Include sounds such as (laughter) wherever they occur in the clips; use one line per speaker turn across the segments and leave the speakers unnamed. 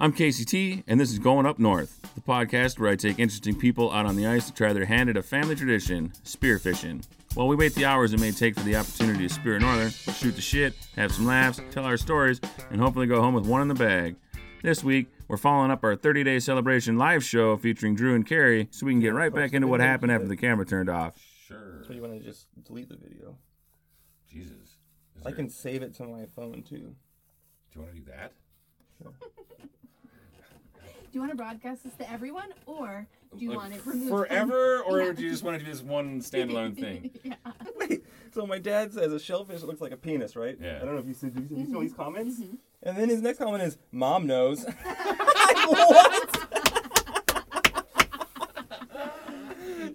I'm Casey T, and this is Going Up North, the podcast where I take interesting people out on the ice to try their hand at a family tradition, spearfishing. While we wait the hours it may take for the opportunity to spear a northern, shoot the shit, have some laughs, tell our stories, and hopefully go home with one in the bag. This week, we're following up our 30 day celebration live show featuring Drew and Carrie so we can get right back into what happened after the camera turned off.
Sure.
So you want to just delete the video?
Jesus. Is
I
there-
can save it to my phone too. (laughs)
Do you want to do that?
Do you want to broadcast this to everyone, or do you want it removed from-
(laughs) Uh, Forever, or do you just want to do this one standalone thing?
(laughs) yeah.
Wait. So my dad says a shellfish looks like a penis, right?
Yeah.
I don't know if you see, you see all these comments. And then his next comment is, "Mom knows." Like, what?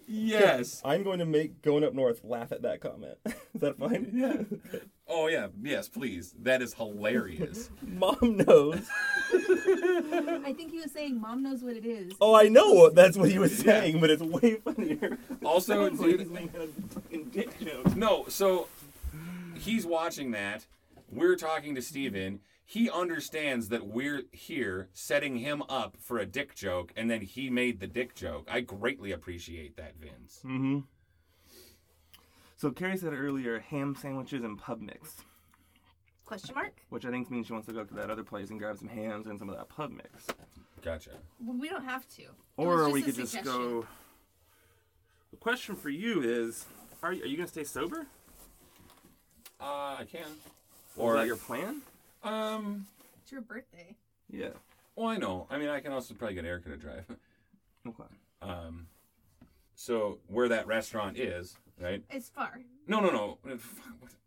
Yes.
I'm going to make going up north laugh at that comment. (laughs) is that fine? Yeah.
(laughs) Oh, yeah. Yes, please. That is (laughs) hilarious.
(laughs) Mom knows.
I think he was saying, "Mom knows what it is."
Oh, I know that's what he was saying, but it's way (laughs) funnier.
also,
Sounds like he's
dude,
making a fucking dick joke.
no, so he's watching that. We're talking to Steven. He understands that we're here setting him up for a dick joke, and then he made the dick joke. I greatly appreciate that, Vince.
Mm-hmm. So Carrie said earlier, ham sandwiches and pub mix.
Question mark?
which I think means she wants to go to that other place and grab some hams and some of that pub mix.
Gotcha.
Well, we don't have to. It
Or
was
we
a
could just
suggestion.
go. The question for you is: Are you, are you going to stay sober?
Uh, I can.
Or is
Or,
that your plan?
um,
It's your birthday.
Yeah.
well, I know. I mean, I can also probably get Erica to drive.
Okay.
Um, so where that restaurant is, right?
It's far.
No, no, no.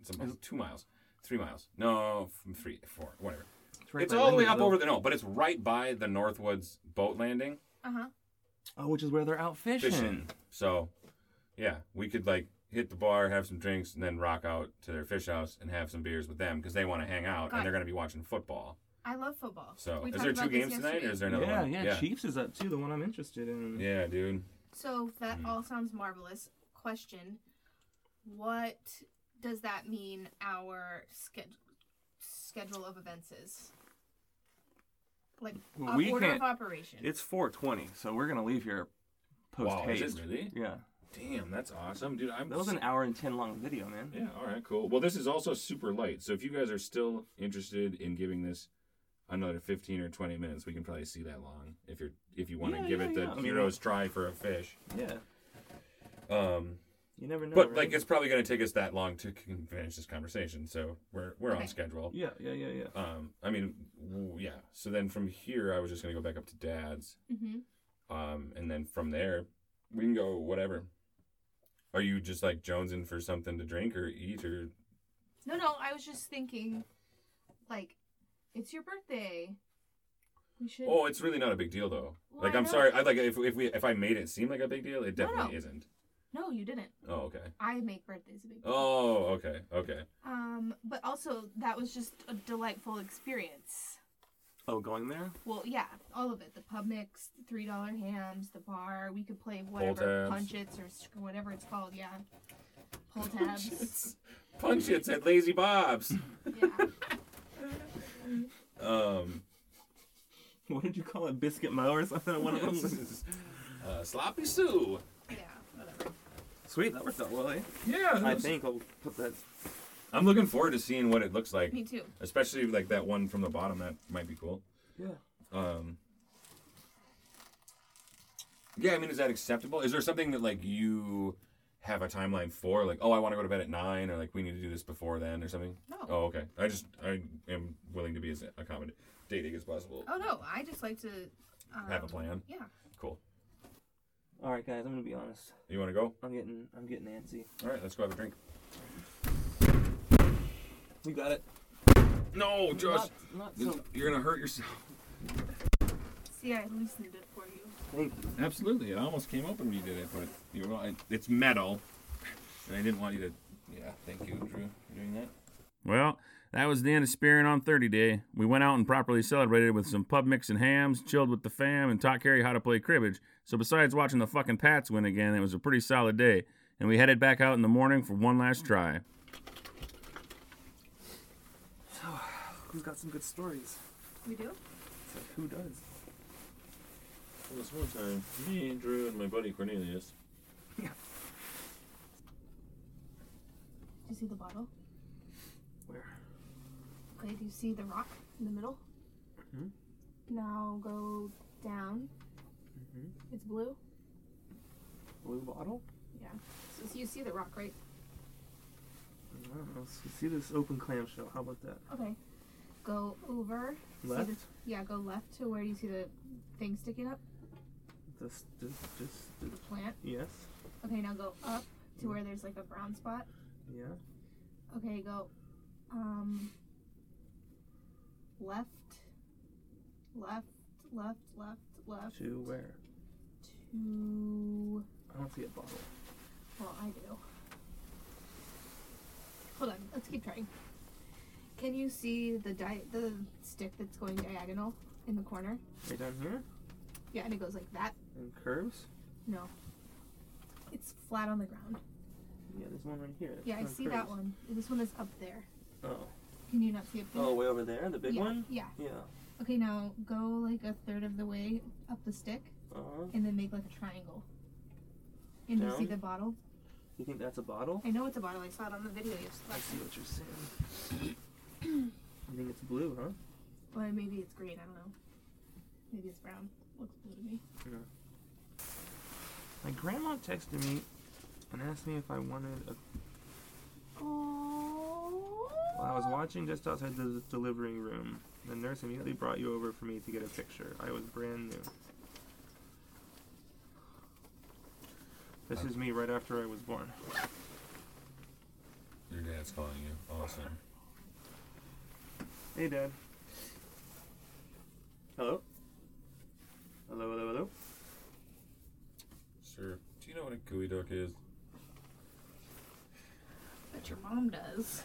It's a mile, two miles, three miles. No, from three, four, whatever.
right
it's
by
all the way
Linda's,
up
though.
over the no, but it's right by the Northwoods boat landing
Uh huh.
Oh, which is where they're out fishing.
fishing. So, yeah, we could like hit the bar, have some drinks, and then rock out to their fish house and have some beers with them because they want to hang out
Got
and they're
it.
going to be watching football.
I love football.
So,
we
is
talked
there
about
two
this
games tonight or is there
yesterday.
another
yeah,
one?
yeah, Chiefs is up too. The one I'm interested in.
Yeah, dude.
So
Hmm.
that all sounds marvelous. Question: What does that mean our schedule schedule of events is? Like
Well,
op-
we
order
can't-
of operation.
It's 4:20, so we're gonna leave here post
Wow, is
haste.
it really?
Yeah.
Damn, that's awesome, dude. I'm
That was an hour and ten long video, man.
Yeah, all right, cool. Well, this is also super light. So if you guys are still interested in giving this another 15 or 20 minutes, we can probably see that long if you're if you want to
Yeah,
give
yeah,
it the
yeah. I mean-
hero's try for a fish.
Yeah.
Um
You never know.
but
right?
like it's probably going to take us that long to c- finish this conversation. So we're we're on
Okay.
schedule.
Yeah, yeah, yeah, yeah.
Um I mean, w- yeah. So then from here I was just going to go back up to dad's
hmm
um and then from there we can go whatever. Are you just like jonesing for something to drink or eat or
No, no. I was just thinking, like, it's your birthday. We should.
Oh, it's really not a big deal though.
Well,
like
I
I'm
know.
sorry, I like if if we if I made it seem like a big deal, it
No,
definitely
no.
isn't.
No, you didn't.
Oh, okay.
I make birthdays a big deal.
Oh, okay. Okay. (laughs)
Um, but also that was just a delightful experience.
Oh, going there?
Well, yeah, all of it. The pub mix, the three dollar hams, the bar. We could play
tabs.
whatever punch it's or sc- whatever it's called. Yeah,
(laughs)
pull tabs.
Punch it's at Lazy Bob's.
yeah,
Um
What did you call it? Biscuit Mo or something? (laughs) One of them.
(laughs) uh, Sloppy Sue.
yeah, whatever.
Sweet, that worked out well, eh?
Yeah.
I think I'll put that.
I'm looking forward to seeing what it looks like.
Me too.
Especially like that one from the bottom that might be cool.
Yeah.
Um Yeah, I mean is that acceptable? Is there something that like you have a timeline for like oh I want to go to bed at 9 or like we need to do this before then or something?
No.
Oh, okay. I just I am willing to be as accommodating as possible.
Oh no, I just like to um,
Have a plan.
Yeah,
Cool.
All right, guys, I'm gonna be honest.
You want to go?
I'm getting, I'm getting antsy.
All right, let's go have a drink.
You got it.
No, Josh.
Not, not
This-
so.
You're going to hurt yourself.
see, I loosened it for you.
Thank you.
Absolutely. It almost came open when you did it, but you were, it's metal. And I didn't want you to Yeah, thank you, Drew, for doing that.
Well, that was the end of Spearing on 30 Day. We went out and properly celebrated with some pub mix and hams, chilled with the fam, and taught Carrie how to play cribbage. So, besides watching the fucking Pats win again, it was a pretty solid day. And we headed back out in the morning for one last try.
Who's got some good stories?
We do.
Like, who does?
Well, this one time, me, Drew, and my buddy Cornelius.
Do you see the bottle?
Where?
Okay, do you see the rock in the middle?
Mhm.
Now go down.
Mm-hmm.
It's blue.
Blue bottle?
Yeah. So, so you see the rock, right?
I don't know. So Uh, see this open clamshell. How about that?
Okay. Go over. See the-
Left?
yeah, go left to where you see the thing sticking up,
This, this, this, this.
the plant.
Yes.
Okay, now go up
Mm-hmm.
to where there's like a brown spot.
Yeah.
Okay, go um left, left, left, left, left
To where?
to
I don't see a bottle.
well I do. Hold on, let's keep trying. Can you see the di- the stick that's going diagonal in the corner?
Right down here?
Yeah, and it goes like that.
And curves?
No. It's flat on the ground.
Yeah, there's one right here. that's
Yeah, I
kinda
see that
curves.
one. This one is up there.
Oh.
Can you not see it? there?
Oh, way over there? The big
yeah,
one?
Yeah.
Yeah.
Okay, now go like a third of the way up the stick.
Uh huh.
and then make like a triangle. And you see
Down?
the bottle?
You think that's a bottle?
I know it's a bottle. I saw it on the video
I see
yesterday.
what you're saying. (clears throat) you think it's blue, huh?
Well, maybe it's green. I don't know. Maybe it's brown. Looks blue to me.
My grandma texted me and asked me if I wanted a.
Oh.
Well, I was watching just outside the delivery room. The nurse immediately brought you over for me to get a picture. I was brand new. This is me right after I was born.
Your dad's calling you. Awesome.
Hey, Dad. Hello? Hello, hello, hello?
Sure. Do you know what a gooey duck is?
But your mom does.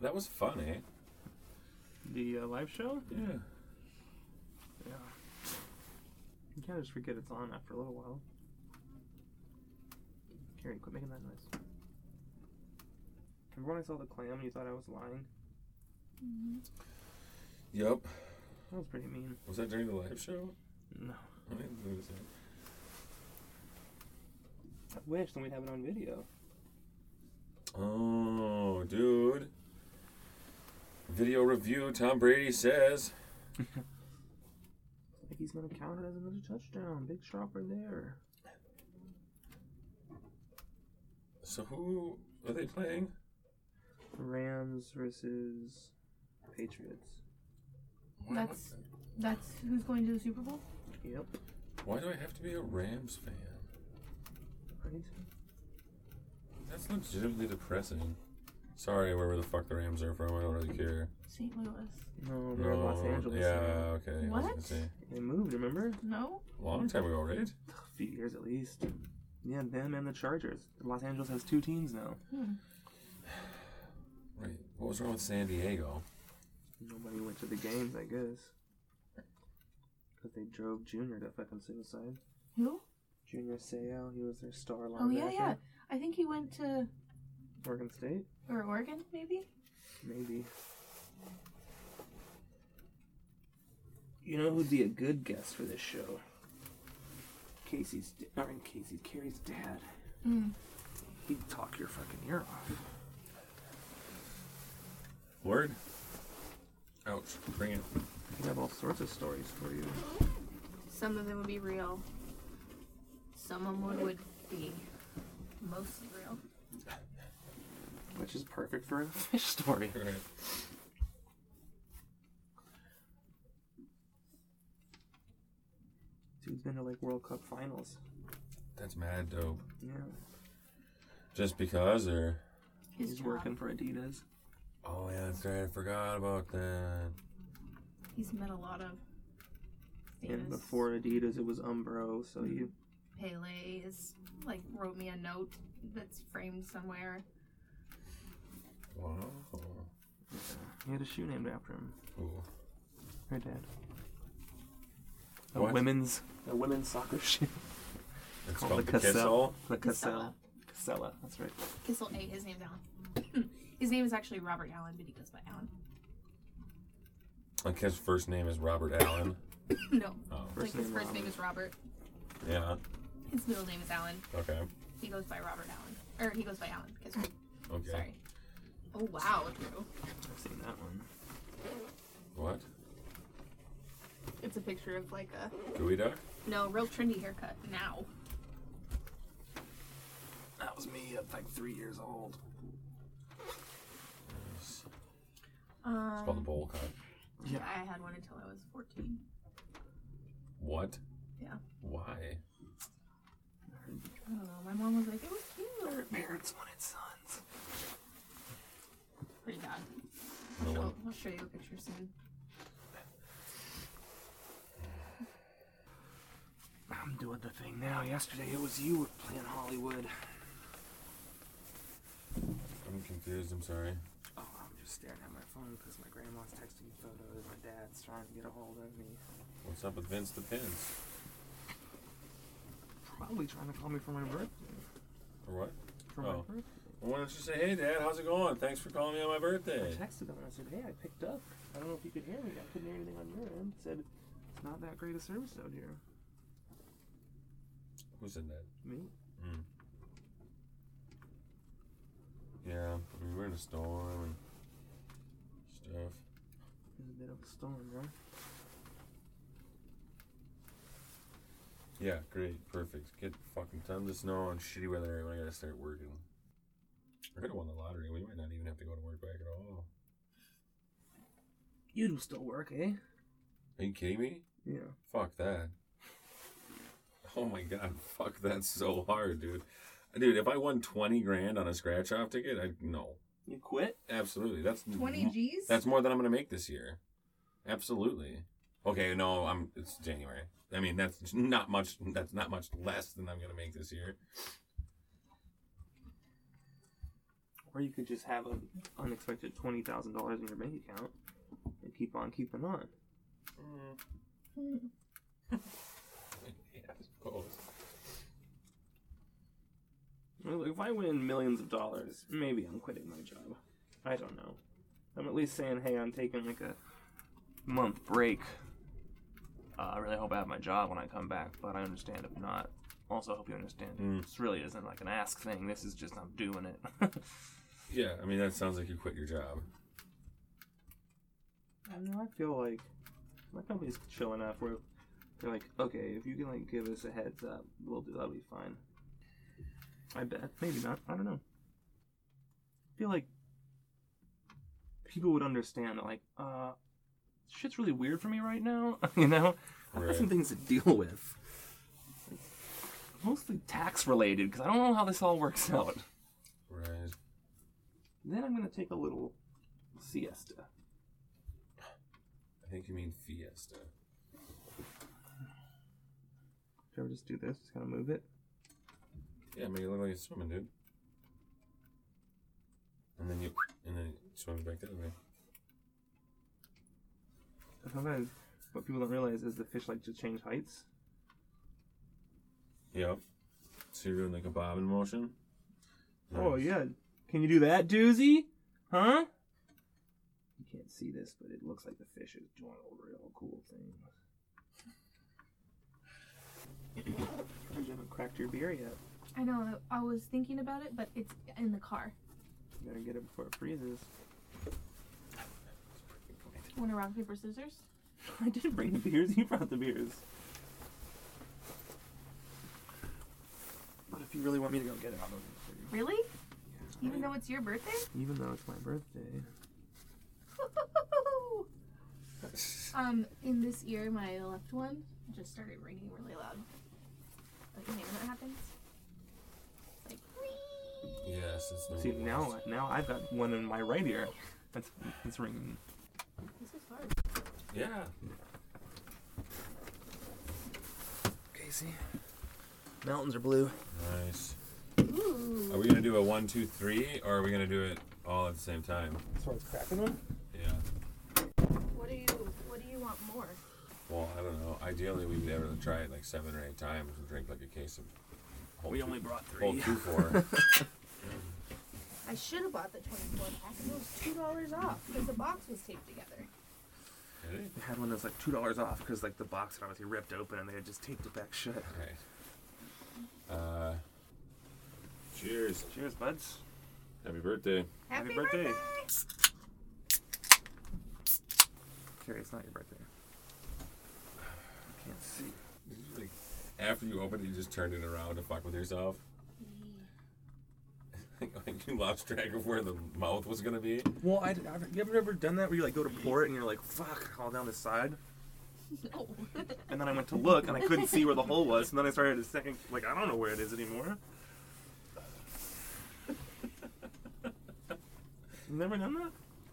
That was fun, eh?
The uh, live show?
Yeah.
Yeah. You can't just forget it's on after a little while. Karen, quit making that noise. Remember when I saw the clam and you thought I was lying?
Yep.
That was pretty mean.
Was that during the live show?
No.
I didn't notice it.
I wish then we'd have it on video.
Oh, dude. Video review Tom Brady says.
Like he's gonna count it as another touchdown. Big shopper there.
So who are they playing?
Rams versus Patriots.
Why, am
That's that's who's going to the Super Bowl.
Yep.
I- why do I have to be a Rams fan?
Right?
That's legitimately depressing. Sorry, wherever the fuck the Rams are from, I don't really
(laughs)
care.
St. Louis.
No, they're in Los
No,
Angeles. now.
Yeah, okay. I was
What?
gonna say.
They moved, remember?
No.
Long time ago, right?
A few years at least. Yeah, them and the Chargers. Los Angeles has two teams now.
Hmm.
Right. What was wrong with San Diego?
Nobody went to the games, I guess. Because they drove Junior to fucking suicide.
Who?
Junior Seau, he was their star linebacker.
Oh yeah, yeah. I think he went to
Oregon State?
or Oregon maybe.
Maybe. You know who'd be a good guest for this show? Casey's, d- not Casey's, Carrie's dad.
Mm.
He'd talk your fucking ear off.
Word? Ouch. Bring it.
He'd have all sorts of stories for you.
Some of them would be real. Some of them would be mostly real.
Which is perfect for a (laughs) fish story.
All right.
Dude's been to like World Cup finals.
That's mad dope.
Yeah.
Just because, or?
His
He's
job.
working for Adidas.
Oh yeah, that's right. I forgot about that.
He's met a lot of famous.
And before Adidas, it was Umbro. So you,
Pele is like wrote me a note that's framed somewhere.
Wow.
he had a shoe named after him.
Cool.
Her dad. A
What?
women's a women's soccer shoe
It's
called
called
the
the Kissel.
Cassell. (laughs) The Cassella.
Casella.
Cassella. That's right.
eh, (laughs) Kissel A. His name's Alan. (laughs) His name is actually Robert Allen, but he goes by Alan.
Like his first name is Robert Allen.
no.
Oh,
Like his
name
first name
Robert.
is Robert.
yeah.
His middle name is Allen.
Okay.
He goes by Robert Allen. Or he goes by Allen. 'cause-
Okay.
Sorry. Oh, wow, Drew.
I've seen that one.
What?
It's a picture of like a.
Gooey duck?
No, real trendy haircut now.
That was me at like three years old.
It's called the
Um,
bowl cut.
I had one until I was 14.
What?
Yeah.
Why?
I don't know. My mom was like, it was cute.
Parents wanted sons.
Pretty bad.
No
I'll,
one.
I'll show you a picture soon.
I'm doing the thing now. Yesterday it was you were playing Hollywood.
I'm confused. I'm sorry.
Oh, I'm just staring at my phone because my grandma's texting me photos. My dad's trying to get a hold of me.
What's up with Vince the Pins?
Probably trying to call me for my birthday.
Or what?
For
Oh.
my birthday.
Well, why don't you say, hey, Dad, how's it going? Thanks for calling me on my
I
birthday.
texted him and I said, hey, I picked up. I don't know if you could hear me. I couldn't hear anything on your end. He said, it's not that great a service out here.
Who said that?
Me?
Mm. Yeah, I mean, we're in a storm and stuff.
It was a bit of a storm, right?
Yeah, great, perfect. Get fucking tons of snow and shitty weather area when I gotta start working. I could have won the lottery. We might not even have to go to work back at all.
You do still work, eh?
Are you kidding me?
Yeah.
Fuck that. Oh my god, (laughs) fuck that so hard, dude. Dude, if I won twenty grand on a scratch off ticket, I'd no.
You quit?
Absolutely. That's
20 G's?
Mm-hmm. That's more than I'm gonna make this year. Absolutely. Okay, no, I'm it's January. I mean that's not much that's not much less than I'm gonna make this year.
Or you could just have an unexpected twenty thousand dollars in your bank account and keep on keeping on.
Yeah, I suppose.
Well, If I win millions of dollars, maybe I'm quitting my job. I don't know. I'm at least saying, hey, I'm taking like a month break. Uh, I really hope I have my job when I come back, but I understand if not. Also, I hope you understand
Mm.
this really isn't like an ask thing. This is just I'm doing it. (laughs)
Yeah, I mean that sounds like you quit your job.
I don't know. I feel like my company's chill enough where they're like, okay, if you can like give us a heads up, we'll do that'll be fine. I bet. Maybe not. I don't know. I feel like people would understand that like, uh, shit's really weird for me right now. (laughs) you know, I've got some
Right.
things to deal with. Mostly tax related because I don't know how this all works (laughs) out.
Right.
Then I'm gonna take a little siesta.
I think you mean fiesta.
Should I just do this? Just kind of move it.
Yeah, make it look like it's swimming, dude. And then you and then it swims back the other way.
Sometimes what people don't realize is the fish like to change heights.
Yep. So you're doing like a bobbing motion?
Oh
Nice.
yeah, can you do that, doozy? Huh? You can't see this, but it looks like the fish is doing a real cool thing. you haven't cracked your beer yet.
I know. I I was thinking about it, but it's in the car.
You better get it before it freezes. (laughs)
Want to rock, paper, scissors?
I did bring the beers. You brought the beers. But if you really want me to go get it, I'll go get it for
Really?
you.
Even though it's your birthday?
Even though it's my birthday.
(laughs) um, in this ear, my left one just started ringing really loud. Like, you know when that happens? It's like, "Whee!"
Yes, it's the
See now, now I've got one in my right ear. That's it's ringing.
This is hard.
Yeah.
Casey, mountains are blue.
Nice.
Ooh.
Are we gonna do a one, two, three, or are we gonna do it all at the same time?
So it's cracking them.
Yeah.
What do you What do you want more?
Well, I don't know. Ideally, we would ever try it like seven or eight times and drink like a case of. Whole
We
two-
only brought
Whole
three.
two four.
(laughs)
I should have bought the 24 pack. and It was two dollars off because the box was taped together.
Really?
had one that was like two dollars off because like the box had obviously ripped open and they had just taped it back shut.
Right. Uh,
Cheers.
Cheers, buds.
Happy birthday.
Happy,
Happy
birthday.
birthday. Carrie, it's not your birthday. I can't see.
like, after you opened it, you just turned it around to fuck with yourself. (laughs) like you lost track of where the mouth was gonna be.
Well, I, I've- you ever ever done that where you like go to pour it and you're like, fuck, all down this side,
No. (laughs)
and then I went to look and I couldn't see where the hole was, and then I started to second like I don't know where it is anymore. You Never done that?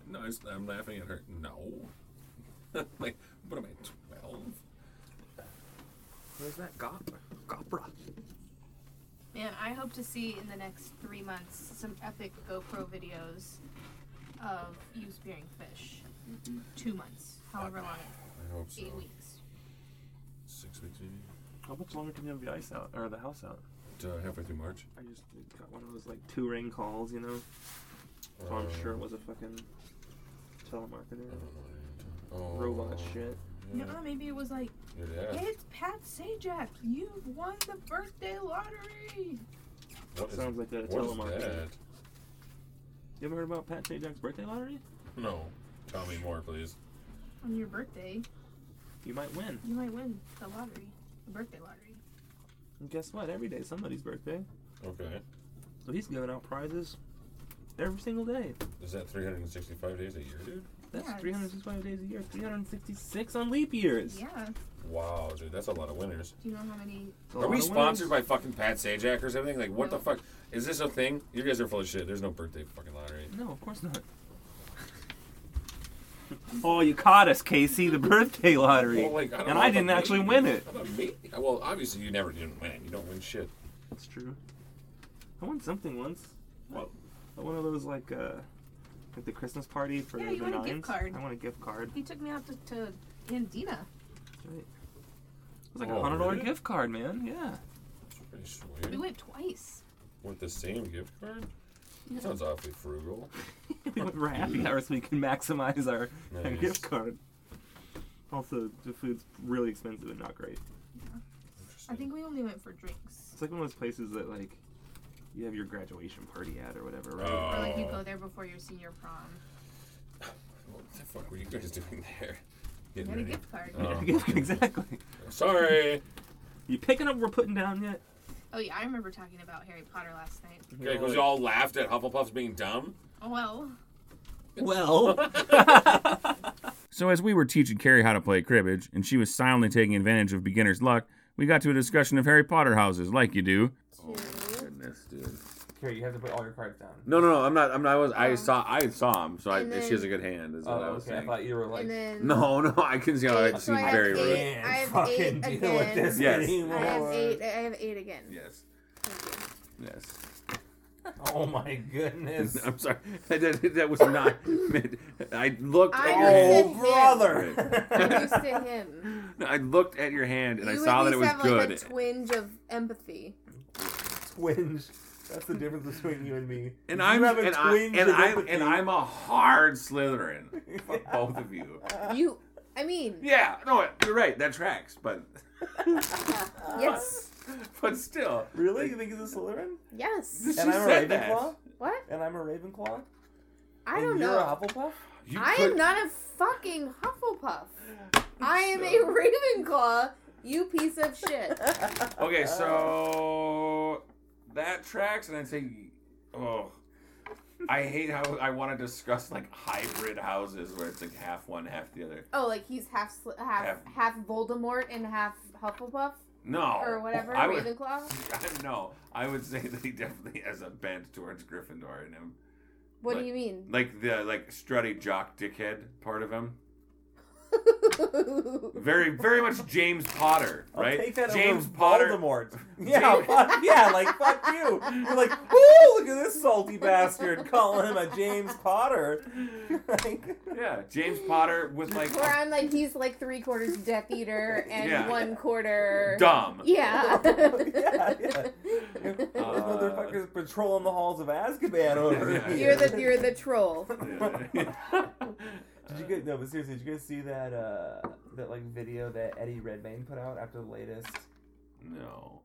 No, I just, I'm laughing at her. (laughs) No. like, what am I, 12?
Where's that gop? Gopra.
Man, I hope to see in the next three months some epic GoPro videos of you spearing fish. Two months, however long,
I hope so.
eight weeks.
Six weeks maybe?
How much longer can you have the ice out or the house out?
To halfway through March.
I just got one of those like two ring calls, you know.
Oh,
So I'm sure it was a fucking telemarketer,
I don't know what Uh, I am doing. Oh,
robot shit.
Yeah.
No, maybe it was like,
Your dad.
it's Pat Sajak. You've won the birthday lottery.
What is-
Sounds like a
what is
telemarketer.
that?
You ever heard about Pat Sajak's birthday lottery?
No. Tell me more, please.
On your birthday,
You might win.
you might win the lottery, the birthday lottery.
And guess what? Every day is somebody's birthday.
Okay.
So he's giving out prizes every single day.
Is that 365 days a year, dude?
That's
Yeah, it's-
365 days a year, 366 on leap years.
Yeah.
Wow, dude, that's a lot of winners.
Do you know how many?
It's a
Are
lot
we
of winners.
sponsored by fucking Pat Sajak or something? Like, what
No.
the fuck? Is this a thing? You guys are full of shit. There's no birthday fucking lottery.
No, of course not. (laughs) oh, you caught us, Casey, the birthday lottery.
Well, Oh, like, I don't
and
know
I
about
didn't
me.
actually win it.
How about me? Well, obviously you never didn't win. You don't win shit.
That's true. I won something once. What? One of those like uh like the Christmas party for
Yeah,
the
you won a gift
nines.
card.
I won a gift card.
He took me out to, to Andina.
Right. It was like
Oh,
a hundred dollar
really?
gift card, man. (laughs) Yeah.
That's
We
pretty sweet.
went twice.
With the same gift card?
No.
Sounds awfully
(laughs)
frugal.
we went for happy hour so we can maximize our, our
Nice.
gift card. Also, the food's really expensive and not great.
I
Interesting.
think we only went for drinks.
It's like one of those places that like you have your graduation party at or whatever, right?
Oh.
Or like you go there before your senior prom.
What the fuck were you guys (laughs) doing there?
You had
Getting
a
ready.
gift
(laughs)
card.
Oh.
exactly.
Sorry.
You picking up what we're putting down yet?
Oh yeah, I remember talking about Harry Potter last night.
Okay, because y'all laughed at Hufflepuffs being dumb.
Oh well.
Well,
So, as we were teaching Carrie how to play cribbage, and she was silently taking advantage of beginner's luck, we got to a discussion of Harry Potter houses, like you do.
Goodness, dude.
here you have to put all your cards down.
No, no, no. I'm not. I'm not. I was. I
Oh.
saw. I saw him. So I,
And then-
she has a good hand. Is what
Oh,
I was saying.
you were
and
(laughs)
then
No, no. I can see how it
So I
seemed
have
very
eight.
rude.
I have eight again.
Yes.
I have eight. I have eight again.
Yes.
Thank you.
Yes.
Oh my goodness. (laughs)
I'm sorry. (laughs) That, that was not. (laughs) I looked
I
at your hand.
was in-
(laughs)
brother.
I'm used to him.
No, I looked at your hand (laughs) and
you
I saw
at
that it was
least have
good.
like a twinge of empathy.
Twinge. That's the difference between you and me.
and I'm and, I, and I'm and I'm a hard Slytherin. Fuck both of you.
You, I
(laughs)
mean,
Yeah. No, you're right. That tracks. But
yes,
but still.
Really? You think he's a Slytherin?
yes.
She
And I'm a
said
Ravenclaw?
that.
What?
And I'm a Ravenclaw?
I
and
don't
you're
know.
a Hufflepuff?
You
I am
could-
not a fucking Hufflepuff.
(laughs)
I am a Ravenclaw. You piece
(laughs)
of shit.
Okay, so that tracks, and I'd say, oh, I hate how I want to discuss like hybrid houses where it's like half one, half the other.
Oh, like he's half sl- half
Half-
half Voldemort and half Hufflepuff
No,
or whatever
I would,
Ravenclaw.
no, (laughs) I would say that he definitely has a bent towards Gryffindor in him,
What
Like-
do you mean?
like the like strutty jock dickhead part of him. Very, very much James Potter,
(laughs)
right?
I'll take that
James
over
Potter. (laughs)
Voldemort. Yeah,
(laughs)
fuck, yeah, like fuck you. You're like, ooh, look at this salty bastard calling him a James
(laughs)
Potter. like,
Yeah, James Potter with like
Where I'm like he's like three quarters Death Eater and
Yeah.
one quarter.
dumb.
(laughs)
(laughs)
Yeah.
yeah, yeah. This motherfucker's patrolling the halls of Azkaban over
Uh, Yeah,
here.
You're the you're the troll.
Yeah.
Did you guys no? But seriously, did you guys see that uh that like video that Eddie Redmayne put out after the latest?
No.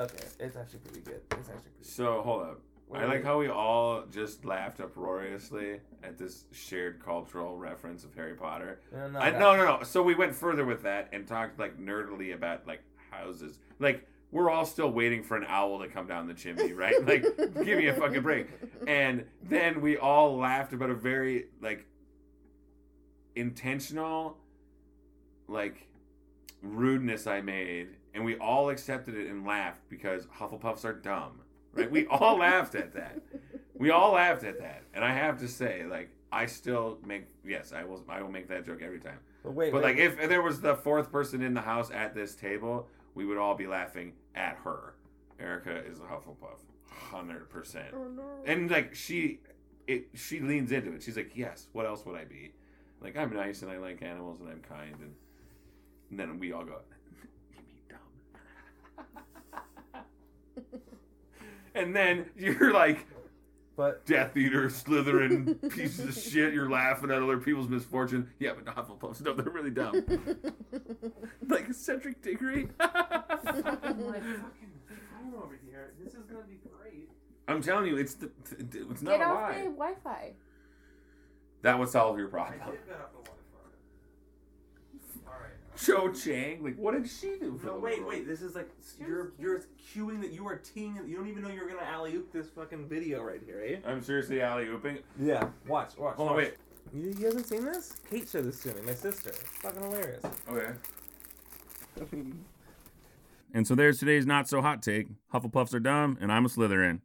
Okay, it's actually pretty good. It's actually pretty.
So hold up.
Good.
I like how we all just laughed uproariously at this shared cultural reference of Harry Potter.
No, no,
I, no, no, no. So we went further with that and talked like nerdily about like houses. Like we're all still waiting for an owl to come down the chimney, right?
(laughs)
Like give me a fucking break. And then we all laughed about a very like intentional like rudeness I made, and we all accepted it and laughed because Hufflepuffs are dumb, right? We
(laughs)
all laughed at that. We all laughed at that, and I have to say, like, I still make yes, I will, I will make that joke every time.
But wait,
But
wait,
like, if there was the fourth person in the house at this table, we would all be laughing at her. Erica is a Hufflepuff, hundred percent, and like she, it she leans into it. She's like, yes, what else would I be? Like I'm nice and I like animals and I'm kind, and, and then we all go, you mean dumb? (laughs) and then you're like,
but
Death Eater, Slytherin, pieces of shit. You're laughing at other people's misfortune. Yeah, but not Hufflepuffs. No, they're really dumb. like eccentric degree. Oh
over here. This is gonna be great.
(laughs) I'm telling you, it's the, it's not
Get
a
off
lie.
my Wi-Fi.
That would solve your problem.
got off the Wi-Fi. All right.
Cho Chang, like what did she do? For
No,
the
wait,
world?
wait, this is like you're you're queuing that you are teeing. You don't even know you're gonna alley oop this fucking video right here, eh?
I'm seriously alley ooping.
Yeah, watch, watch.
Hold on, wait.
You, you haven't seen this? Kate showed this to me, my sister. It's fucking hilarious.
Okay.
And so there's today's not so hot take. Hufflepuffs are dumb, and I'm a Slytherin.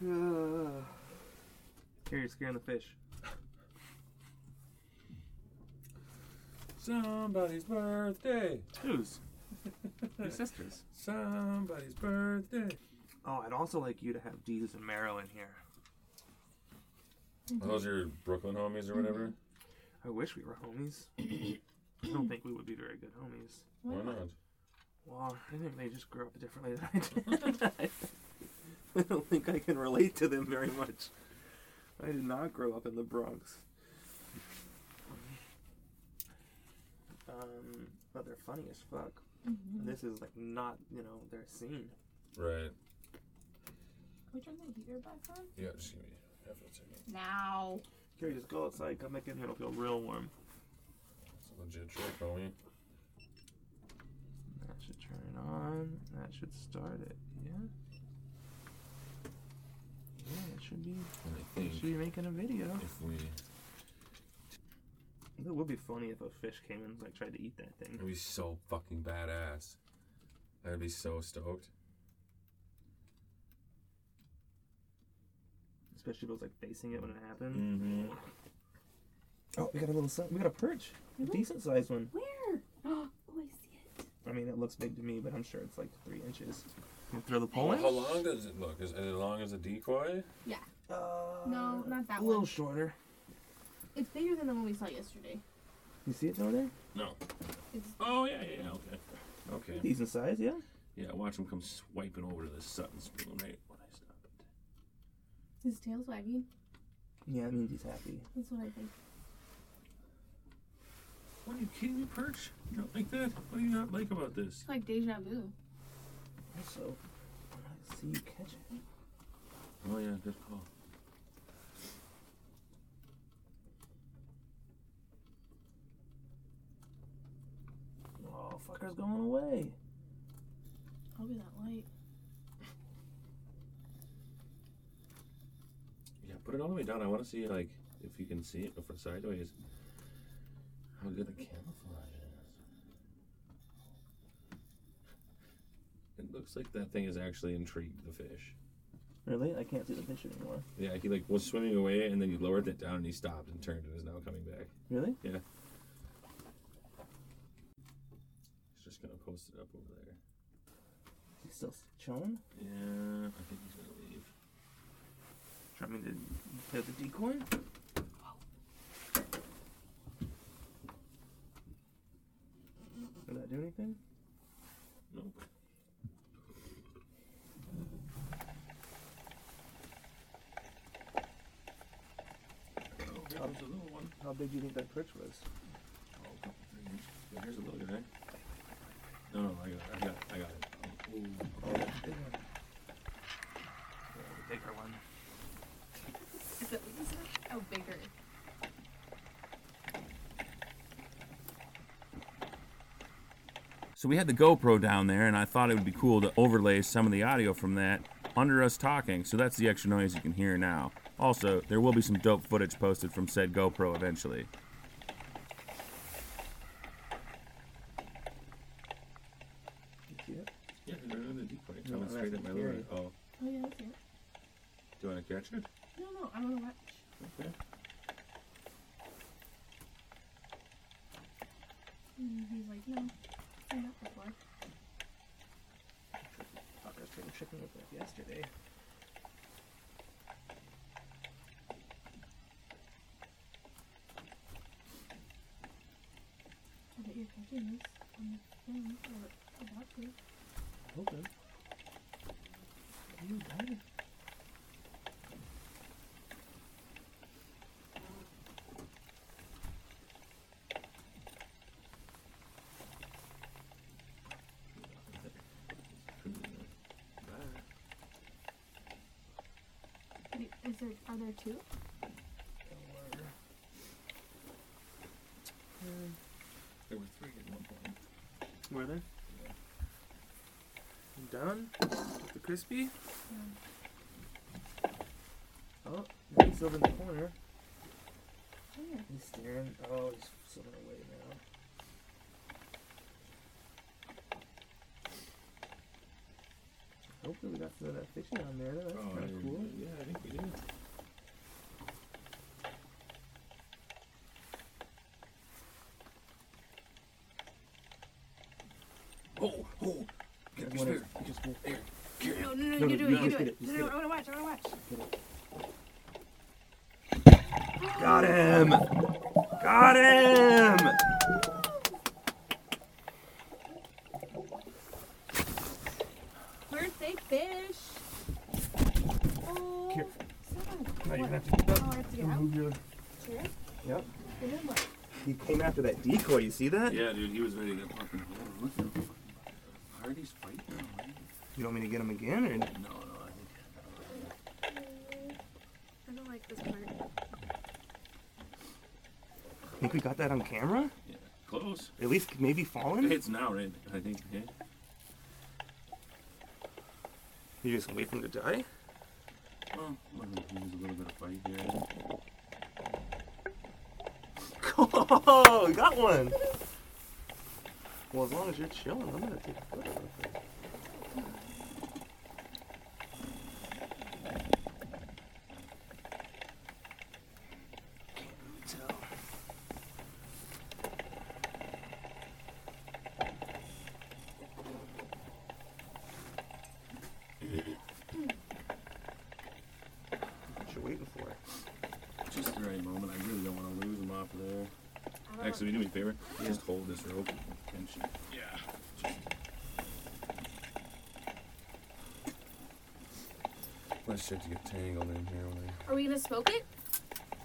Here, you're scaring the fish.
Somebody's birthday. (laughs)
Whose? Your sister's.
Somebody's birthday.
Oh, I'd also like you to have D's and marrow in here.
Are those your Brooklyn homies or whatever?
I wish we were
(coughs)
homies. I don't think we would be very good homies.
Mm-hmm. Why not?
Well, I think they just grew up differently than I did. (laughs) I don't think I can relate to them very much. I did not grow up in the Bronx. Um, but they're funny as fuck. This is like not, you know, their scene.
Right.
we turn the heater back on?
Yeah, just give me half a second.
Now.
Here, just go outside, come back in here, it'll feel real warm.
It's a legit trick, homie.
That should turn it on. That should start it. Yeah. Yeah, it should be.
And I
It should
think
be making a video.
if we
It would be funny if a fish came and like tried to eat that thing.
It'd be so fucking badass. I'd be so stoked.
Especially if it was like facing it when it happened.
Mm-hmm.
Oh, we got a little, si- we got a perch, a
Mm-hmm.
decent sized one.
Where?
(gasps)
Oh, I see it.
I mean, it looks big to me, but I'm sure it's like three inches. throw the pole
Well, how long does it look? Is it as long as a decoy?
No, not that
Uh, a little
one.
shorter.
It's bigger than the one we saw yesterday.
You see it down there?
No.
It's
Oh yeah, yeah, yeah, okay. Okay.
Decent size, yeah.
Yeah, watch him come swiping over to the Sutton spoon right when I stop it.
his tail's wagging.
Yeah, it means he's happy.
That's what I think.
What are you kidding me, Perch? You don't like that? What do you not like about this?
It's like deja vu.
Also, when I see you catch it.
Oh yeah, good call.
Oh, fucker's going away.
I'll be that light.
Yeah, put it all the way down. I want to see like if you can see it from sideways. How good the camouflage is. It looks like that thing is actually intrigued the fish.
Really? I can't see the fish anymore.
Yeah, he like was swimming away and then he lowered it down and he stopped and turned and is now coming back.
Really?
Yeah. He's just gonna post it up over there.
He's still chilling?
Yeah, I think he's gonna leave.
Try me to play with the decoy? Did that do anything?
Nope. Oh, there's a little one.
How big do you think that perch was?
Here's a little guy. No, no, I got, I got, I got it.
The bigger one.
Is it, is it, oh, bigger.
So we had the GoPro down there, and I thought it would be cool to overlay some of the audio from that under us talking. So that's the extra noise you can hear now. Also, there will be some dope footage posted from said GoPro eventually.
You see it?
Yeah, they're in the decoy.
Oh,
No,
Coming
I'm
straight at
asking
my lure.
Gary.
Oh,
Oh, yeah, that's it.
do you want to catch it?
No, no, I want to watch.
Okay.
And he's like, no, I've seen that before.
Fuckers been tricking with that yesterday.
I bet you're catching this on the film or about to.
Okay. You got it.
Wait, Is there, are there two?
There were three at one point.
Were there? I'm done with the crispy.
Oh, now he's over in the corner.
Where?
He's staring. Oh, he's swimming away now. Hopefully we got some of that fish down there. That's
Oh,
kind of
yeah,
cool.
Yeah, I think we did. Oh, oh! Get
I
your
wanna-
spear.
you just move.
No, no, no,
No,
you
no,
do
you
it, you
just
do
get
it.
it,
No,
just
no,
get
I want to watch, I want to watch.
Got him! Got him!
Birthday fish! Oh,
Here.
someone.
No, you're gonna
What?
have to keep
Oh, I
up.
have to get
You
out?
move your.
Sure.
Yep.
And then what?
He came after that decoy. You see that?
Yeah, dude, he was ready to fucking blow. Look at him. Are these fighting? already?
You want me to get him again, or
No, no, I think.
I don't like this part.
think we got that on camera?
Yeah. Close.
At least maybe fallen.
It's now, right? I think. Yeah.
You're just gonna wait for him to die.
Well, I think there's a little bit of fight here.
Oh, we got one. Well, as long as you're chilling, I'm gonna take a photo of it. What you waiting for?
Just the right moment. I really don't want to lose him off of there.
I don't
Actually, do me a favor. Just hold this rope and shoot. Yeah.
Let shit get tangled in here. When
like- Are we gonna smoke it?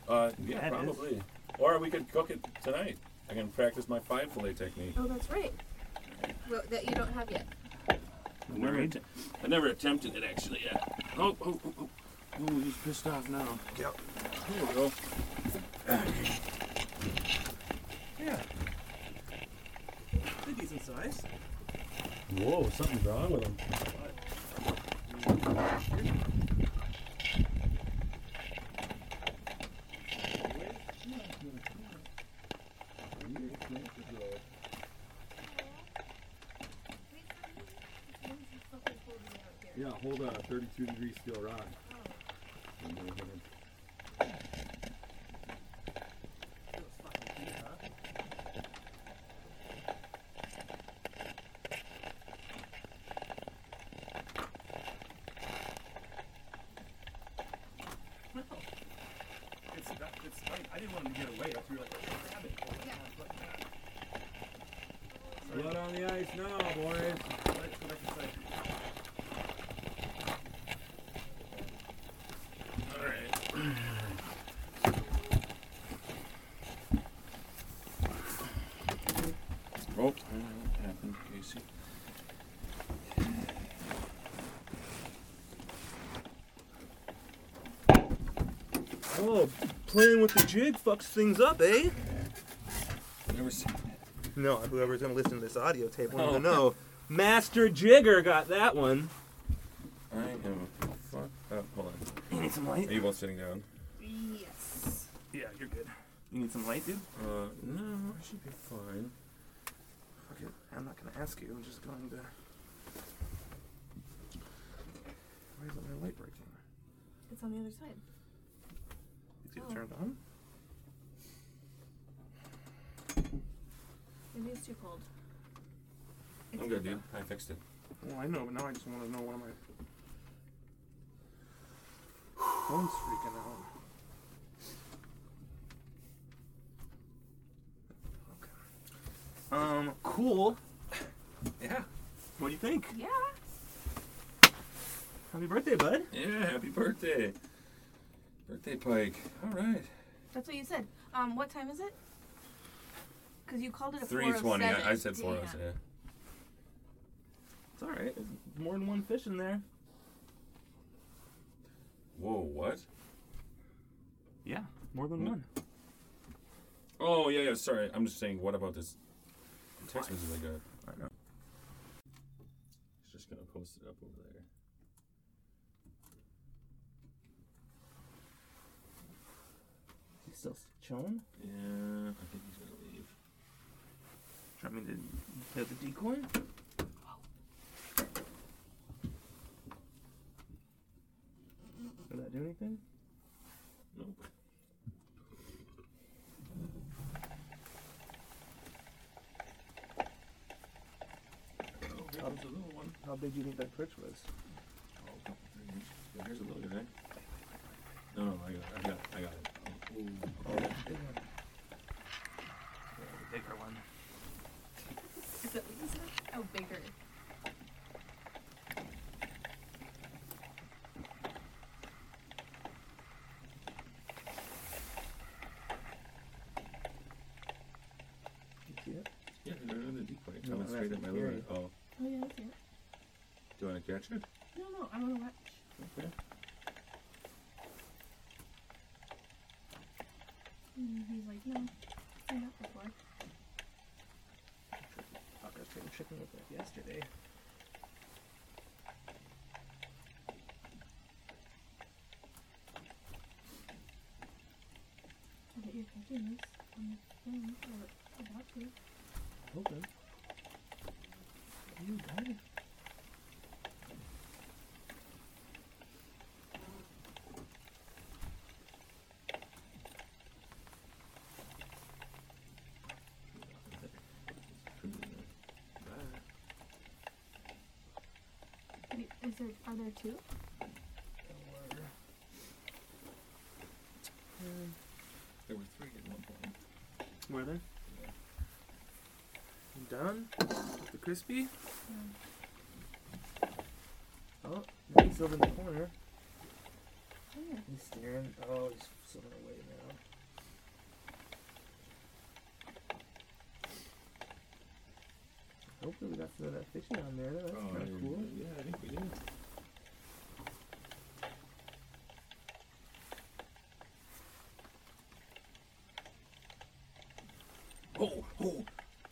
Uh, yeah,
That is-
probably. Or we could cook it tonight. I can practice my five fillet technique.
Oh, that's right. Well, that you don't have yet.
I never, att- I never attempted it actually yet. Oh, oh, oh, oh. Oh, he's pissed off now.
Yep.
There we go.
Yeah. Pretty decent size.
Whoa, something's wrong with him. Yeah, hold a 32 degree steel rod.
It's, that, it's right. I didn't want him to get away. I threw like a rabbit.
Blood on the ice now, boys.
Let's go back inside.
All right. Oh, what happened, Casey?
Oh, playing with the jig fucks things up, eh?
Never seen that.
No, whoever's gonna listen to this audio tape wants
Oh.
to know. Master Jigger got that one.
I am fucked up. Hold on.
You need some
Are
light?
you both sitting down?
Yes.
Yeah, you're good. You need some light, dude?
Uh, no, I should be fine.
Fuck it. I'm not gonna ask you. I'm just going to. Why isn't my light breaking?
It's on the other side.
Is it
Oh.
turned on?
Maybe it's too cold. It's
I'm good, dude. I fixed it.
Well, I know, but now I just want to know what am I. Phone's freaking out. Okay. Um, cool.
Yeah.
What do you think?
Yeah.
Happy birthday, bud.
Yeah, happy birthday. Birthday Pike. All right.
That's what you said. Um, what time is it? Because you called it a
320.
407.
I, I said
Damn.
407. Yeah.
It's all right. There's more than one fish in there.
Whoa, what?
Yeah, more
Hmm.
than
No.
one.
Oh, yeah, yeah, sorry. I'm just saying, what about this text message I got?
I know.
He's just going to post it up over there.
He's still chilling.
Yeah, Uh, I think he's going to leave.
Do you want me to play with the decoy?
Did that do anything?
Nope. Oh, here comes the little one.
How big do you think that perch was?
Oh, a couple fingers. Yeah, Here's a little guy. No, no, I got, I got, I got it. Oh, ooh.
Yeah, the bigger one.
Is it, is it, oh, bigger.
You see it?
Yeah, they're in the decoy.
No,
Coming
I'm
straight at my
asking
little.
Gary.
Oh,
Oh, yeah, that's it.
do you want to catch it?
No, no, I'm gonna watch.
Okay.
And he's like, no, I've not before.
Fuckers been chicken with it yesterday.
I bet you're catching this on the phone or about to.
Hoping. You got it.
Wait, Is there, are there two?
There were three at one point.
Were there?
Done? With the crispy?
Oh, now he's over in the corner.
Yeah.
He's staring. Oh, he's swimming away now. Hopefully we got some of that fish down there. That's
Oh,
kind of cool.
Yeah, I think we did. Oh, oh!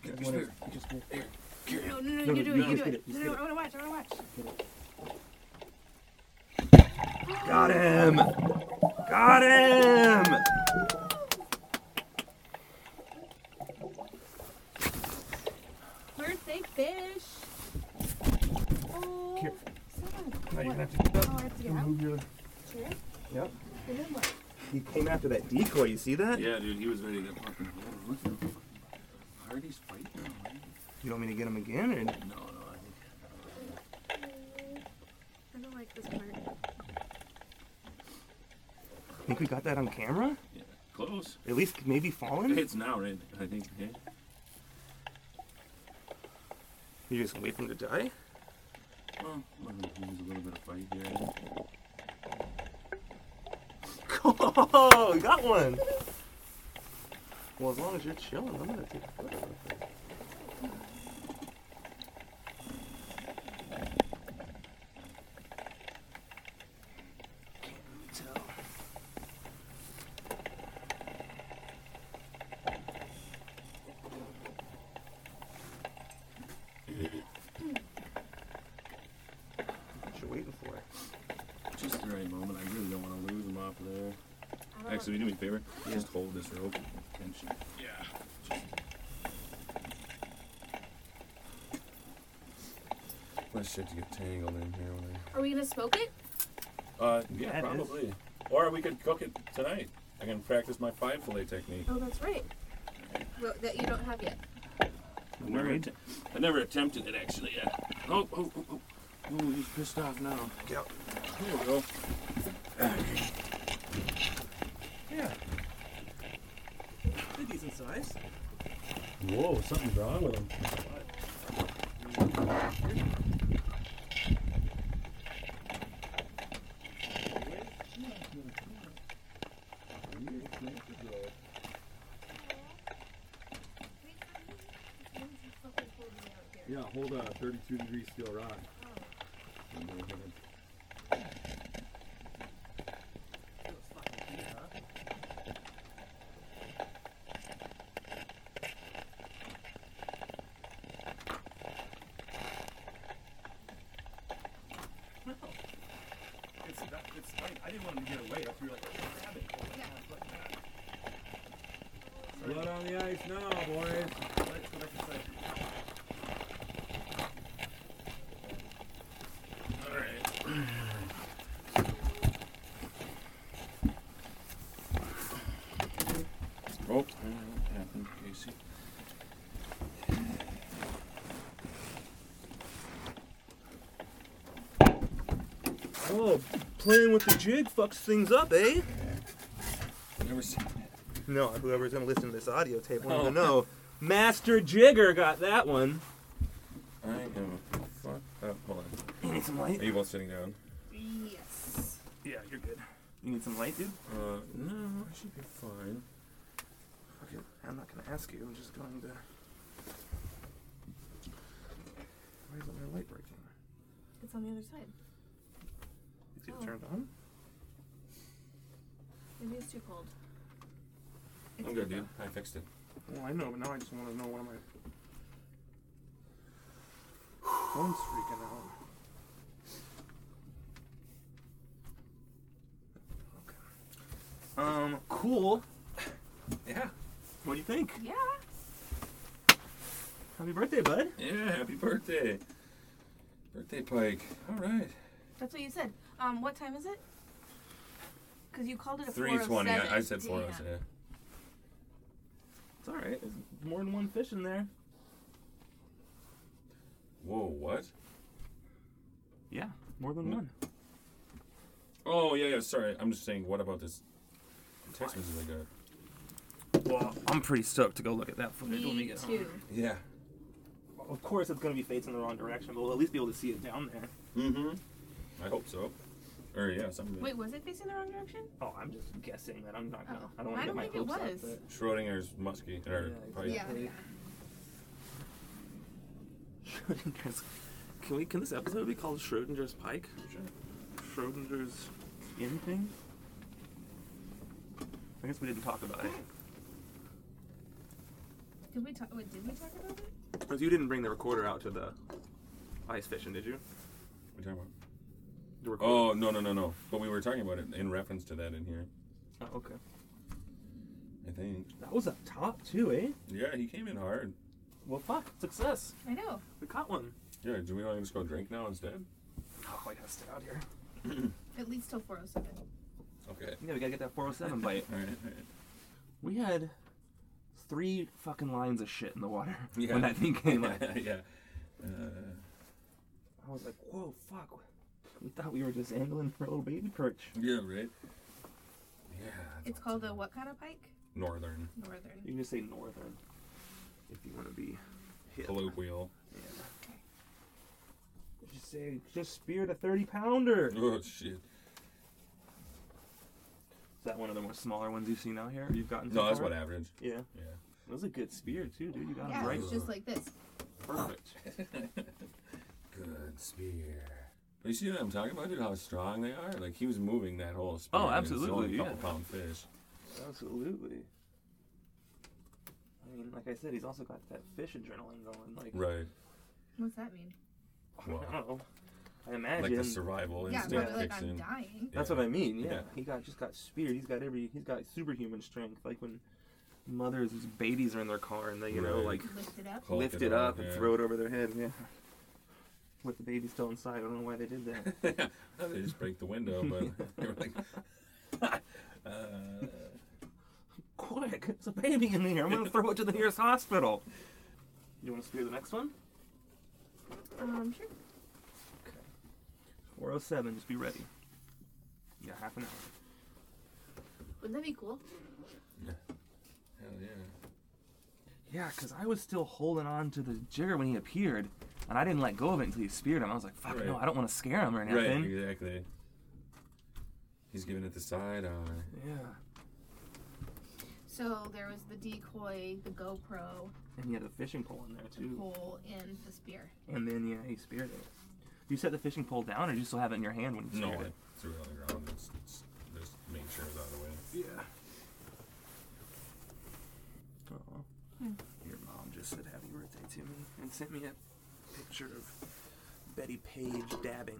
Get your
One is-
spear.
he just walked-
No, no, no,
No, no,
you do
you
it, you do
just get it,
it.
you
No,
just
no,
get
I wanna watch, I wanna watch.
Got him! Got him!
Birthday fish! Oh,
Careful.
someone-
Now you're gonna
what?
have to get up.
Oh, I have to get
You
out?
move your-
Sure.
Yep.
And then what?
He came after that decoy. You see that?
Yeah, dude, he was ready to get fucking. Oh, look at him. Hardy's fighting him, right?
You want me to get him again? Or...
No, no, I think.
I don't like this part.
Think we got that on camera?
Yeah. Close.
At least maybe
It
fallen?
hits now, right? I think. Yeah.
You're just gonna wait for him to die?
Well, well, there's a little bit of fight here.
Oh, we got one! Well, as long as you're chilling, I'm gonna take a photo of it.
I
What you waiting for?
Just the right moment. I really don't want to lose him off there.
I don't
Uh-huh. Actually,
know.
do me a favor. Just hold this rope. Tension. Yeah.
Let's shit to get tangled in here. When
Are we gonna smoke it?
Uh, yeah,
Yeah, it is.
probably. Or we could cook it tonight. I can practice my five fillet technique.
Oh, that's right. Well, that you don't have yet.
I never, att- I never attempted it actually yet. Oh, oh, oh, oh. Ooh, he's pissed off now.
Yep.
There we go.
Yeah.
They're decent size.
Whoa, something's wrong with him. Yeah, hold a 32 degree steel rod.
It's that, it's funny. I didn't want him to get away. I threw like a rabbit.
Blood on the ice now, boys.
Let's go back inside.
Oh, what happened, Casey?
Oh, playing with the jig fucks things up, eh?
Never seen that.
No, whoever's gonna listen to this audio tape won't
Oh.
even know. Master Jigger got that one.
I am fucked up. Hold on.
You need some
Are
light?
you both sitting down?
Yes.
Yeah, you're good. You need some light, dude?
Uh, no, I should be fine.
Okay, I'm not gonna ask you. I'm just going to.
Why isn't my light breaking?
It's on the other side.
Is it
Oh.
turned on?
Maybe it's too cold. It's
I'm good, dude. I fixed it.
Well, I know, but now I just want to know what am I. Phone's freaking out.
Um, cool.
Yeah.
What do you think?
Yeah.
Happy birthday, bud.
Yeah, happy birthday. Birthday Pike. All right.
That's what you said. Um, what time is it? Because you called it a
320. I, I
407.
said
Damn.
407. yeah.
It's alright. There's more than one fish in there.
Whoa, what?
Yeah, more than one.
Oh, yeah, yeah, sorry. I'm just saying, what about this text message I got?
Well, I'm pretty stoked to go look at that footage when we
Me
get
too.
home.
Yeah.
Of course, it's gonna be fates in the wrong direction, but we'll at least be able to see it down there.
Mm-hmm. I hope so. Or, yeah, something.
Wait, was it facing the wrong direction?
Oh, I'm just guessing that I'm not gonna.
Oh.
I don't
I
want to get
don't
my
think it
hopes up.
was.
but-
Schrodinger's muskie. Or, Pike.
Yeah.
Exactly. (laughs) Schrodinger's.
(laughs) Can we? Can this episode be called Schrodinger's Pike? Schrodinger's.
anything? I guess we didn't talk about it.
Did we talk? Wait, did we talk about it?
Because you didn't bring the recorder out to the ice fishing, did you?
What are you talking
The
about? Oh, no, no, no, no. But we were talking about it in reference to that in here,
Oh, okay.
I think.
That was up top too, eh?
Yeah, he came in hard.
Well, fuck, success.
I know.
We caught one.
Yeah, do we want to just go drink now instead?
Oh, I gotta stay out here.
At least till 407.
Okay.
Yeah, we gotta get that 407 bite.
All right, all right.
(laughs) We had three fucking lines of shit in the water
Yeah.
when that thing came up.
(laughs) yeah. Uh,
I was like, whoa, fuck. We thought we were just angling for a little baby perch.
yeah, right? Yeah.
It's called a what kind of pike?
Northern
You
Northern.
can just say northern.
If you want to be. hip.
colloquial.
Just say, just speared a 30 pounder. Is
(laughs) Oh, shit.
that one of the more smaller ones you've seen out here? You've gotten so
No, that's
far?
about average.
Yeah.
Yeah.
That was a good spear, too, dude. You got him
Yeah,
right.
it's just like this.
(laughs) Perfect. Good spear. But you see what I'm talking about, dude? How strong they are? Like he was moving that whole spear.
Oh,
and it's only
absolutely,
A
yeah.
couple pound fish.
Absolutely. I mean, like I said, he's also got that fish adrenaline going. Like,
Right.
What's that mean?
(laughs) I don't know. I imagine
Like the survival
Yeah,
instinct
probably like
kicks
I'm
in.
dying.
That's
Yeah.
what I mean. Yeah.
Yeah.
he got just got speared. He's got every. He's got superhuman strength. Like when mothers, whose babies are in their car, and they you know
Right.
like
Lift it up.
Hulk
lift
it
it
up,
up and
yeah.
throw it over their head. Yeah. With the baby still inside, I don't know why they did
(laughs)
that.
(laughs) they just break the window, but
(laughs)
they were like, (laughs)
Quick, it's a baby in there. I'm
(laughs)
gonna throw it to the nearest hospital. You want to spear the next one?
Um, sure.
407. Just be ready. You got half an hour.
Wouldn't that be cool?
hell yeah.
Yeah, because I was still holding on to the jigger when he appeared, and I didn't let go of it until he speared him. I was like, fuck no,
Right.
I don't want to scare him or
Right,
anything.
exactly. He's giving it the side eye.
Yeah.
So there was the decoy, the GoPro,
And he had a fishing pole in there,
the
too.
pole, and the spear.
And then, yeah, he speared it. Do you set the fishing pole down, or do you still have it in your hand when you
No,
speared
I
it?
threw it on the ground. It's, it's, just make sure it's out of the way.
Yeah. Oh. Your mom just said happy birthday to me and sent me a picture of Betty Page dabbing.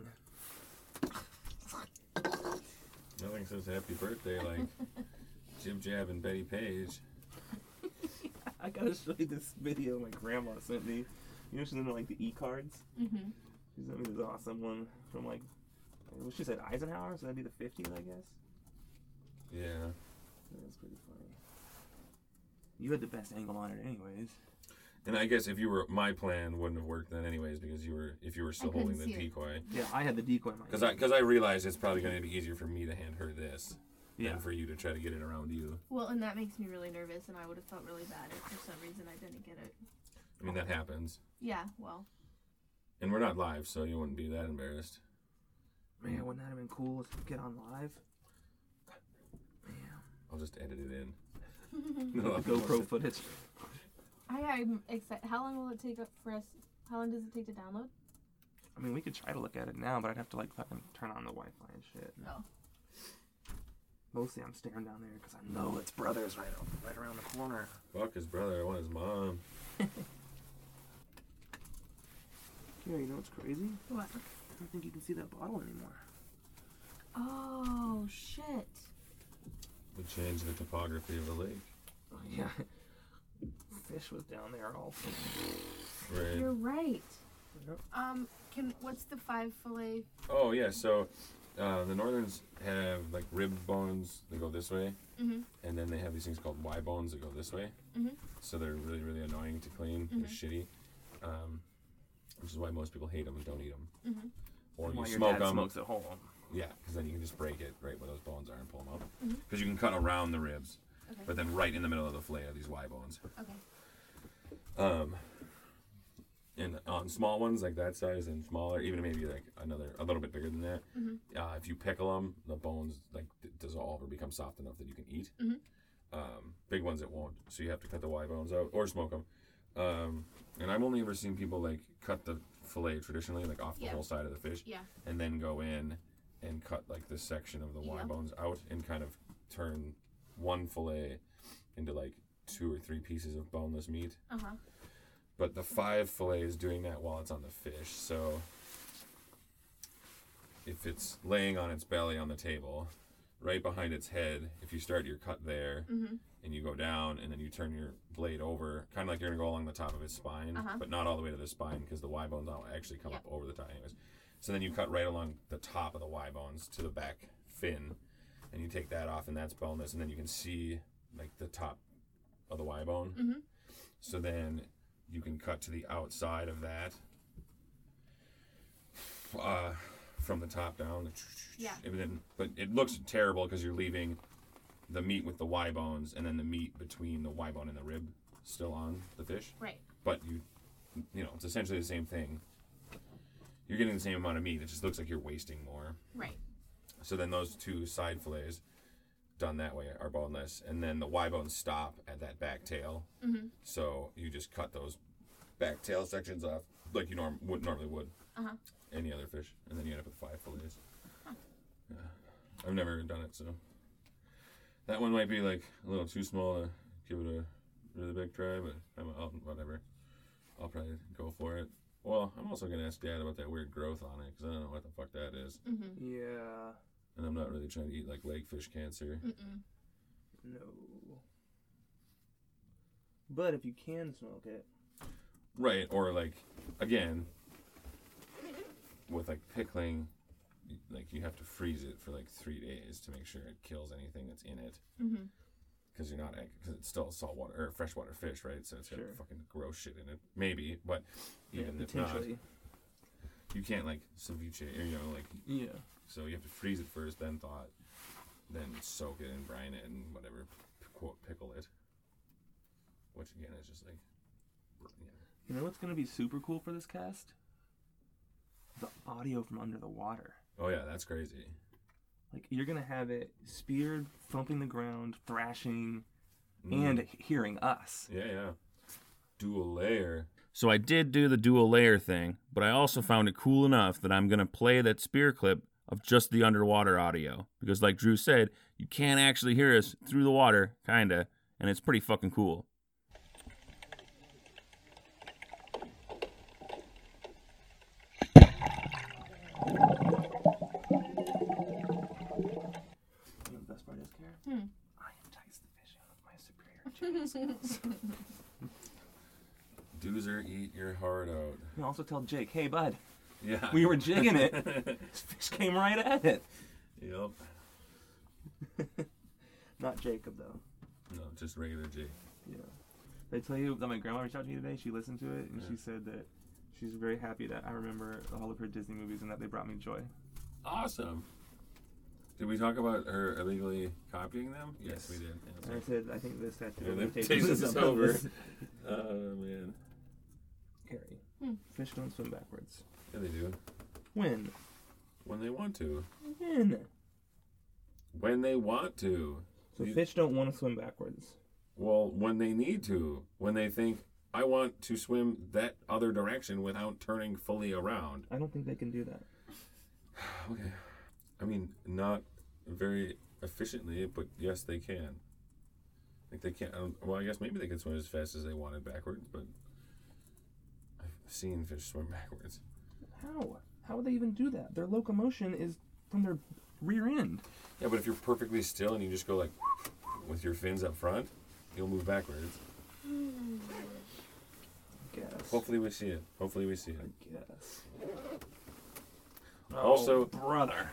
Nothing says happy birthday like Jib Jab and Betty Page.
(laughs) I gotta show you this video my grandma sent me. You know she's into like the e cards.
Mm-hmm.
She sent me this awesome one from like, well, she said Eisenhower, so that'd be the 50s, I guess.
Yeah.
That's pretty funny. You had the best angle on it, anyways.
And I guess if you were, my plan wouldn't have worked then, anyways, because you were, if you were still holding the
couldn't see it.
decoy.
Yeah, I had the decoy. in my
Because I,
hand.
because I realized it's probably going to be easier for me to hand her this
yeah,
than for you to try to get it around you.
Well, and that makes me really nervous, and I would have felt really bad if for some reason I didn't get it.
I mean, that happens.
Yeah, well,
And we're not live, so you wouldn't be that embarrassed.
man, wouldn't that have been cool to get on live?
I'll just edit it in. (laughs)
The GoPro footage.
I am excited. How long will it take up for us? How long does it take to download?
I mean, we could try to look at it now, but I'd have to like fucking turn on the Wi-Fi and shit.
Oh.
Mostly, I'm staring down there because I know it's brothers right up, right around the corner.
Fuck his brother. I want his mom.
(laughs) Yeah, you know what's crazy?
What?
I don't think you can see that bottle anymore.
Oh shit!
We changed the topography of the lake.
Oh, yeah, (laughs) fish was down there all. (laughs)
Right.
You're right.
Yep.
Um, can what's the five fillet?
Oh yeah. So uh, the Northerns have like rib bones that go this way,
Mhm.
and then they have these things called Y bones that go this way.
Mhm.
So they're really really annoying to clean. They're shitty, um, which is why most people hate them and don't eat them.
Mhm.
Or you
While your
smoke
dad
them.
smokes at home.
Yeah, because then you can just break it right where those bones are and pull them up.
Mhm.
Because you can cut around the ribs,
Okay.
but then right in the middle of the fillet are these Y bones.
Okay.
Um, and on small ones like that size and smaller, even maybe like another a little bit bigger than that,
Mhm.
uh, if you pickle them, the bones like d- dissolve or become soft enough that you can eat.
Mhm.
Um, big ones it won't, so you have to cut the Y bones out or smoke them. Um, and I've only ever seen people like cut the fillet traditionally, like off the
Yeah.
whole side of the fish,
Yeah.
and then go in and cut like this section of the Y
Yeah.
bones out and kind of turn one fillet into like two or three pieces of boneless meat
Uh huh.
but the five fillet is doing that while it's on the fish. So if it's laying on its belly on the table, right behind its head, if you start your cut there
Mhm.
and you go down and then you turn your blade over, kind of like you're gonna go along the top of its spine,
Uh-huh.
but not all the way to the spine because the Y bones don't actually come
Yeah.
up over the top, anyways. So then you cut right along the top of the Y bones to the back fin, and you take that off, and that's boneless, and then you can see like the top of the Y bone.
Mhm.
So then you can cut to the outside of that uh, from the top down.
Yeah.
And then, but it looks terrible because you're leaving the meat with the Y bones and then the meat between the Y bone and the rib still on the fish.
Right.
But you, you know, it's essentially the same thing. You're getting the same amount of meat. It just looks like you're wasting more.
Right.
So then those two side fillets done that way are boneless, and then the Y bones stop at that back tail.
Mhm.
So you just cut those back tail sections off like you norm would normally would
Uh-huh.
any other fish, and then you end up with five fillets. Yeah. I've never done it, so that one might be like a little too small to give it a really big try, but I'm I'll, whatever. I'll probably go for it. Well, I'm also gonna ask Dad about that weird growth on it because I don't know what the fuck that is,
Mm-hmm.
Yeah.
and I'm not really trying to eat like legfish cancer.
Mm-mm.
No. But if you can smoke it,
Right, or like again with like pickling y- like you have to freeze it for like 3 days to make sure it kills anything that's in it
Mm-hmm.
cuz you're not cuz it's still saltwater or freshwater fish, right? So it's got
Sure.
fucking gross shit in it maybe, but even if not,
potentially.
you can't like ceviche or you know like
Yeah.
so you have to freeze it first, then thaw it, then soak it and brine it and whatever p- quote pickle it. Which again is just like yeah.
You know what's gonna be super cool for this cast? The audio from under the water.
Oh yeah, that's crazy.
Like you're gonna have it speared, thumping the ground, thrashing, and h- hearing us.
Mm. Yeah, yeah. Dual layer.
So I did do the dual layer thing, but I also found it cool enough that I'm going to play that spear clip of just the underwater audio. Because, like Drew said, you can't actually hear us through the water, kinda, and it's pretty fucking cool.
You know what the best part is, Karen?
Hmm.
I entice the fish out of my superior judgment skills.
Doozer, eat your heart out. (laughs)
You also tell Jake, hey bud,
Yeah.
we
(laughs)
were jigging (laughs) it. this fish came right at it.
Yep.
Not Jacob though.
No, just regular J.
Yeah. Did I tell you that my grandma reached out to me today? She listened to it and she said that she's very happy that I remember all of her Disney movies and that they brought me joy.
Awesome. Did we talk about her illegally copying them? Yes, we did. Yeah,
And I said, I think this tattoo
And
will
then
take
takes
this
us
up.
over. Oh man.
Carrie,
Hmm.
fish don't swim backwards.
Yeah, they do.
When?
When they want to.
When?
When they want to.
So
You-
fish don't want to swim backwards.
Well, when they need to. When they think, I want to swim that other direction without turning fully around.
I don't think they can do that.
Okay. I mean, not very efficiently, but yes, they can. Like they can't. I don't, well, I guess maybe they could swim as fast as they wanted backwards, but I've seen fish swim (laughs) backwards.
How? How would they even do that? Their locomotion is from their rear end.
Yeah, but if you're perfectly still and you just go like with your fins up front, you'll move backwards.
I guess.
Hopefully, we see it. Hopefully, we see it.
I guess.
Oh,
Oh,
Also-
brother.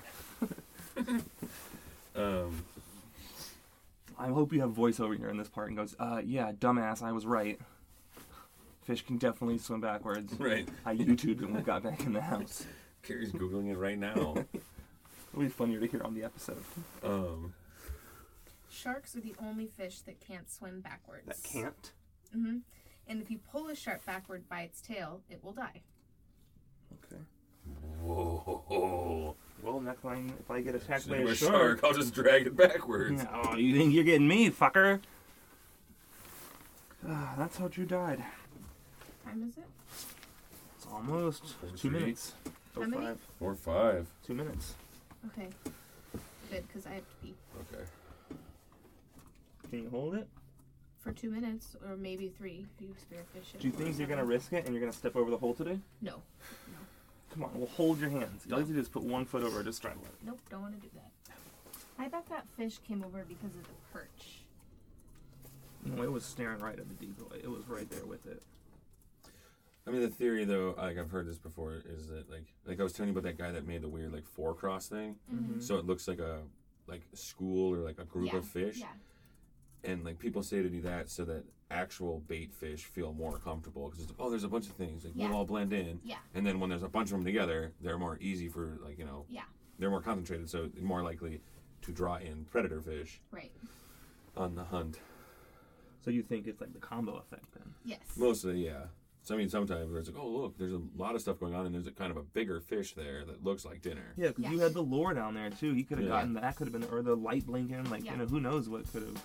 (laughs) Um,
I hope you have voiceover here in this part and goes, uh, yeah, dumbass, I was right. Fish can definitely swim
(laughs)
backwards.
(laughs) right.
I YouTubed it when we got back in the house.
Carrie's googling it right now.
It'll be funnier to hear on the episode.
(laughs) Um,
Sharks are the only fish that can't swim backwards.
That can't.
Mm-hmm. And if you pull a shark backward by its tail, it will die.
Okay.
whoa.
Well, neckline, if I get attacked by
I'm
a
a
shark.
I'll just drag it backwards.
Oh, you think you're getting me, fucker? Ah, that's how Drew died.
What time is it?
It's almost
Forty
two
three.
minutes.
How many?
five.
Or five.
Two minutes.
Okay. Good, because I have to pee
Okay.
Can you hold it?
for two minutes or maybe three if you spearfish it.
Do you think you're gonna risk it and you're gonna step over the hole today?
No.
Come on, we'll hold your hands. All you have to do is put one foot over it, just straddle it.
Nope, don't want to do that. I bet that fish came over because of the perch.
No, it was staring right at the decoy. It was right there with it.
I mean, the theory though, like I've heard this before, is that like like I was telling you about that guy that made the weird like four cross thing. So it looks like a like a school or like a group
Mm-hmm. yeah.
of fish,
Yeah.
and like people say to do that so that actual bait fish feel more comfortable because it's oh there's a bunch of things like
Yeah.
we'll all blend in,
Yeah.
and then when there's a bunch of them together, they're more easy for like you know
Yeah.
they're more concentrated, so more likely to draw in predator fish
Right.
on the hunt.
So you think it's like the combo effect then?
Yes.
Mostly, yeah. So I mean, sometimes where it's like, oh look, there's a lot of stuff going on, and there's a kind of a bigger fish there that looks like dinner.
Yeah, because
Yeah.
you had the lure down there too. You could have
Yeah.
gotten that. Could have been or the light blinking. Like
Yeah.
you know, who knows what could have.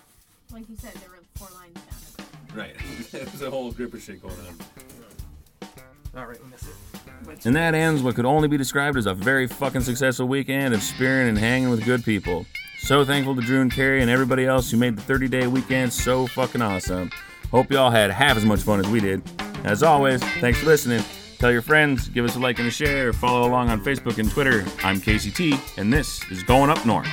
Like you said, there were four lines down.
(laughs) Right. There's a whole grip of shit going on.
All right, we missed it.
And that ends what could only be described as a very fucking successful weekend of spearing and hanging with good people. So thankful to Drew and Carrie and everybody else who made the 30 day weekend so fucking awesome. Hope y'all had half as much fun as we did. As always, thanks for listening. Tell your friends, give us a like and a share, follow along on Facebook and Twitter. I'm Casey T, and this is Going Up North.